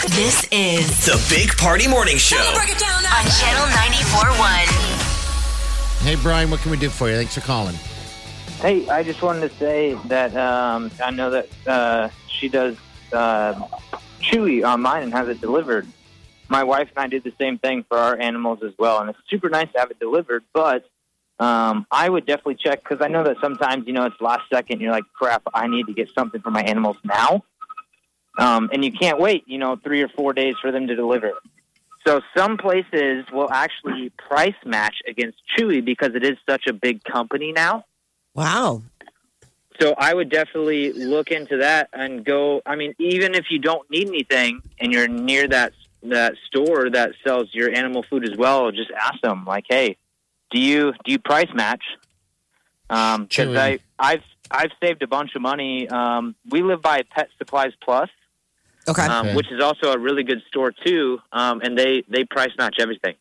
This is The Big Party Morning Show. Break it down on Channel 94.1. Hey, Brian, what can we do for you? Thanks for calling. Hey, I just wanted to say that um, I know that uh, she does uh, Chewy on mine and has it delivered. My wife and I did the same thing for our animals as well, and it's super nice to have it delivered. But um, I would definitely check because I know that sometimes you know it's last second. You're like, crap, I need to get something for my animals now, um, and you can't wait. You know, three or four days for them to deliver. So some places will actually price match against Chewy because it is such a big company now. Wow. So I would definitely look into that and go. I mean, even if you don't need anything and you're near that that store that sells your animal food as well, just ask them like, "Hey, do you do you price match?" Because Chewy. I I've I've saved a bunch of money. Um, we live by Pet Supplies Plus, Okay. Okay. um, which is also a really good store too, um, and they they price match everything.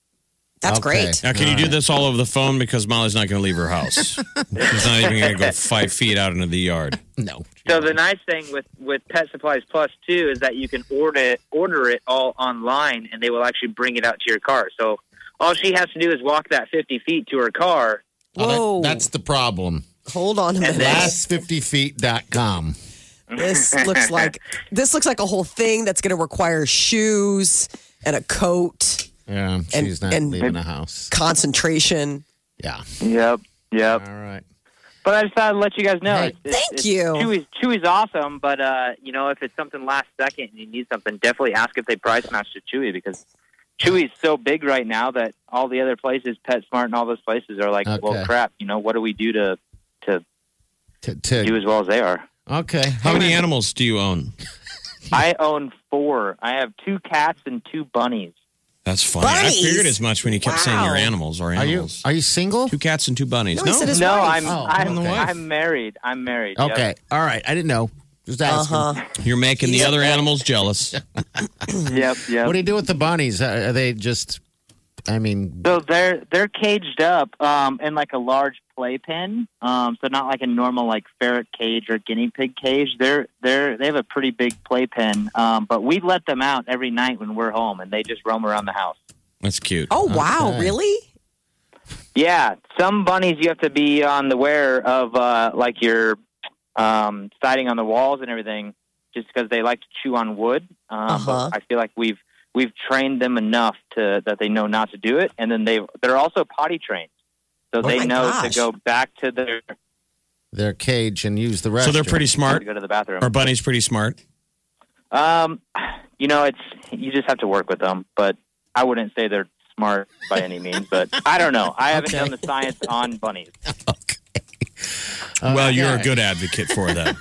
That's Okay. great. Now, can you do this all over the phone? Because Molly's not going to leave her house. She's not even going to go five feet out into the yard. No. So the nice thing with with Pet Supplies Plus too is that you can order order it all online, and they will actually bring it out to your car. So all she has to do is walk that fifty feet to her car. Oh, that- Whoa. that's the problem. Hold on a minute. Last50feet.com. This looks like this looks like a whole thing that's going to require shoes and a coat, Yeah, And- she's not and- leaving the house. concentration. Yeah. Yep, yep. All right. But I just thought I'd let you guys know. Hey, it's, it's- thank it's- you. Chewy's, Chewy's awesome, but uh, you know if it's something last second and you need something, definitely ask if they price match to Chewy because Chewy's so big right now that all the other places, PetSmart and all those places, are like, Okay. well, crap. You know what do we do to to T- t- do as well as they are? okay. How many animals do you own? I own four. I have two cats and two bunnies. That's funny. I figured as much when you kept saying your Wow. animals or Are you animals. are you single? Two cats and two bunnies. No, he said his no, wife. I'm Oh, I'm, okay. I'm married. I'm married. yep. Okay. All right. I didn't know. Just Uh asking. huh. You're making the other animals jealous. Yep. Yep. What do you do with the bunnies? Are are they just? I mean, so they're they're caged up um, in like a large playpen. Um, so not like a normal like ferret cage or guinea pig cage. They're they're they have a pretty big playpen. Um, but we let them out every night when we're home, and they just roam around the house. That's cute. Oh wow! Okay. Really? Yeah, some bunnies you have to be on the wear of, uh, like your um, siding on the walls and everything, just because they like to chew on wood. Um, Uh-huh. But I feel like we've we've trained them enough to that they know not to do it, and then they they're also potty trained, so Oh my they know gosh. to go back to their their cage and use the restroom. So they're pretty to smart. go to the bathroom. Our bunny's pretty smart. Um, you know, it's you just have to work with them, but I wouldn't say they're smart by any means. But I don't know. I haven't done the science on bunnies. Okay. Oh, well, you're a good advocate for them.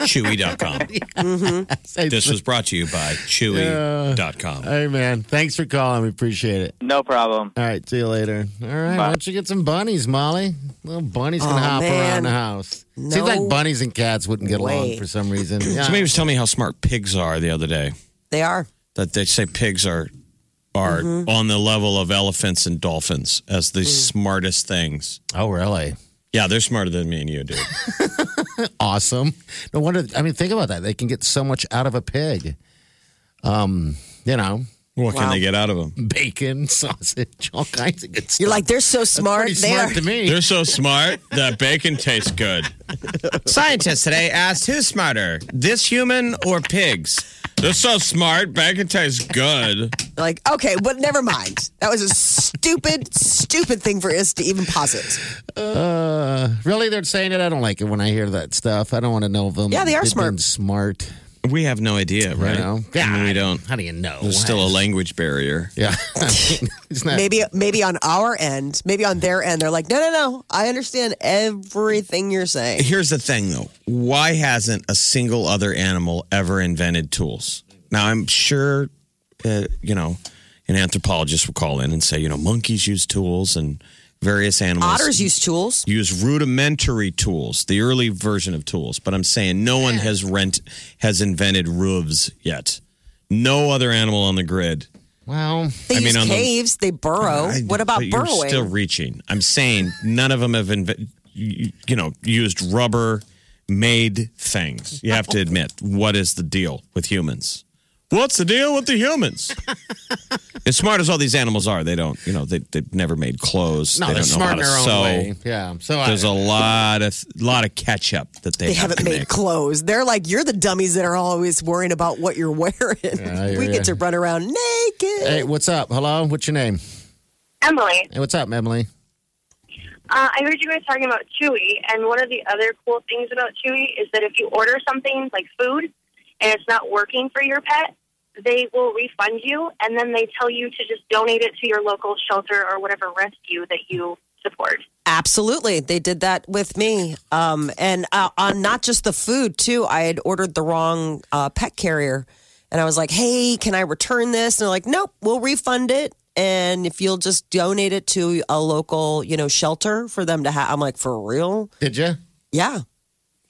Chewy.com. Say- This was brought to you by Chewy.com. Hey man, thanks for calling. We appreciate it. No problem. All right, see you later. All right, Bye. why don't you get some bunnies, Molly? Little bunnies can Oh, hop around man. the house. No Seems like bunnies and cats wouldn't get along way. for some reason. Yeah. Somebody was telling me how smart pigs are the other day. They are. That they say pigs are are on the level of elephants and dolphins as the smartest things. oh, really? Yeah, they're smarter than me and you, dude. Awesome. No wonder. I mean, think about that. They can get so much out of a pig. Um, you know, What can Wow. they get out of them? bacon, sausage, all kinds of good stuff. You're like they're so smart. pretty they smart are. to me. They're so smart that bacon tastes good. Scientists today asked who's smarter, this human or pigs? They're so smart, bacon tastes good. Like okay, but never mind. That was a stupid, stupid thing for us to even posit. Uh, really, they're saying it. I don't like it when I hear that stuff. I don't want to know them. Yeah, they are They've been smart. smart. We have no idea, right? You know? I mean, we I- don't. How do you know? There's still a language barrier. Yeah. I mean, it's not. Maybe, maybe on our end, maybe on their end, they're like, no, no, no. I understand everything you're saying. Here's the thing, though. Why hasn't a single other animal ever invented tools? Now, I'm sure uh, you know, an anthropologist will call in and say, you know, monkeys use tools and various animals Otters use tools. use rudimentary tools, the early version of tools. But I'm saying no one has rent has invented roofs yet. No other animal on the grid. Well, They I use mean, on the- caves. they burrow. I- what about but you're burrowing? Still reaching. I'm saying none of them have inve- you, you know used rubber made things. You have to admit what is the deal with humans? What's the deal with the humans? as smart as all these animals are, they don't. You know, they they've never made clothes. no, they they are don't smart in know their how own to sew. way. Yeah. So I, There's a lot of lot of catch up that they, they have haven't to made make. clothes. They're like you're the dummies that are always worrying about what you're wearing. I hear we ya. get to run around naked. Hey, what's up? Hello, what's your name? Emily, Hey, what's up, Emily? uh, I heard you guys talking about Chewy, and one of the other cool things about Chewy is that if you order something like food and it's not working for your pet, they will refund you, and then they tell you to just donate it to your local shelter or whatever rescue that you support. Absolutely. They did that with me. Um, and uh, on not just the food, too, I had ordered the wrong uh, pet carrier. And I was like, hey, can I return this? And they're like, nope, we'll refund it. And if you'll just donate it to a local, you know, shelter for them to have. I'm like, for real? Did you? Yeah.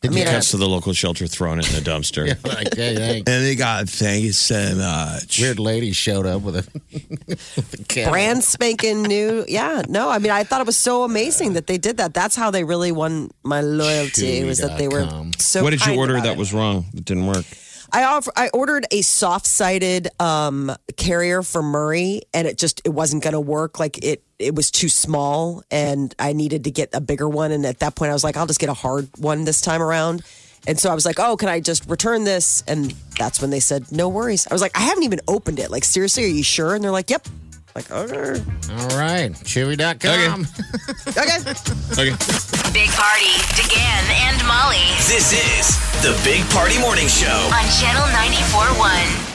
Did you? uh, Cuts to the local shelter, throwing it in the dumpster. like, hey, hey. And they got uh, thank you so much. Weird lady showed up with a, with a camera. Brand spanking new. Yeah. No, I mean, I thought it was so amazing that they did that. That's how they really won my loyalty was that they were Chewy.com. so what did you kind order about that it. was wrong? That didn't work. I off- I ordered a soft-sided um, carrier for Murray, and it just it wasn't going to work. Like it it was too small, and I needed to get a bigger one. And at that point, I was like, I'll just get a hard one this time around. And so I was like, Oh, can I just return this? And that's when they said, No worries. I was like, I haven't even opened it. Like seriously, are you sure? And they're like, Yep. Like okay, All right, Chewy.com. okay. Okay. Big Party, DeGan and Molly This is the Big Party Morning Show. on Channel 94.1.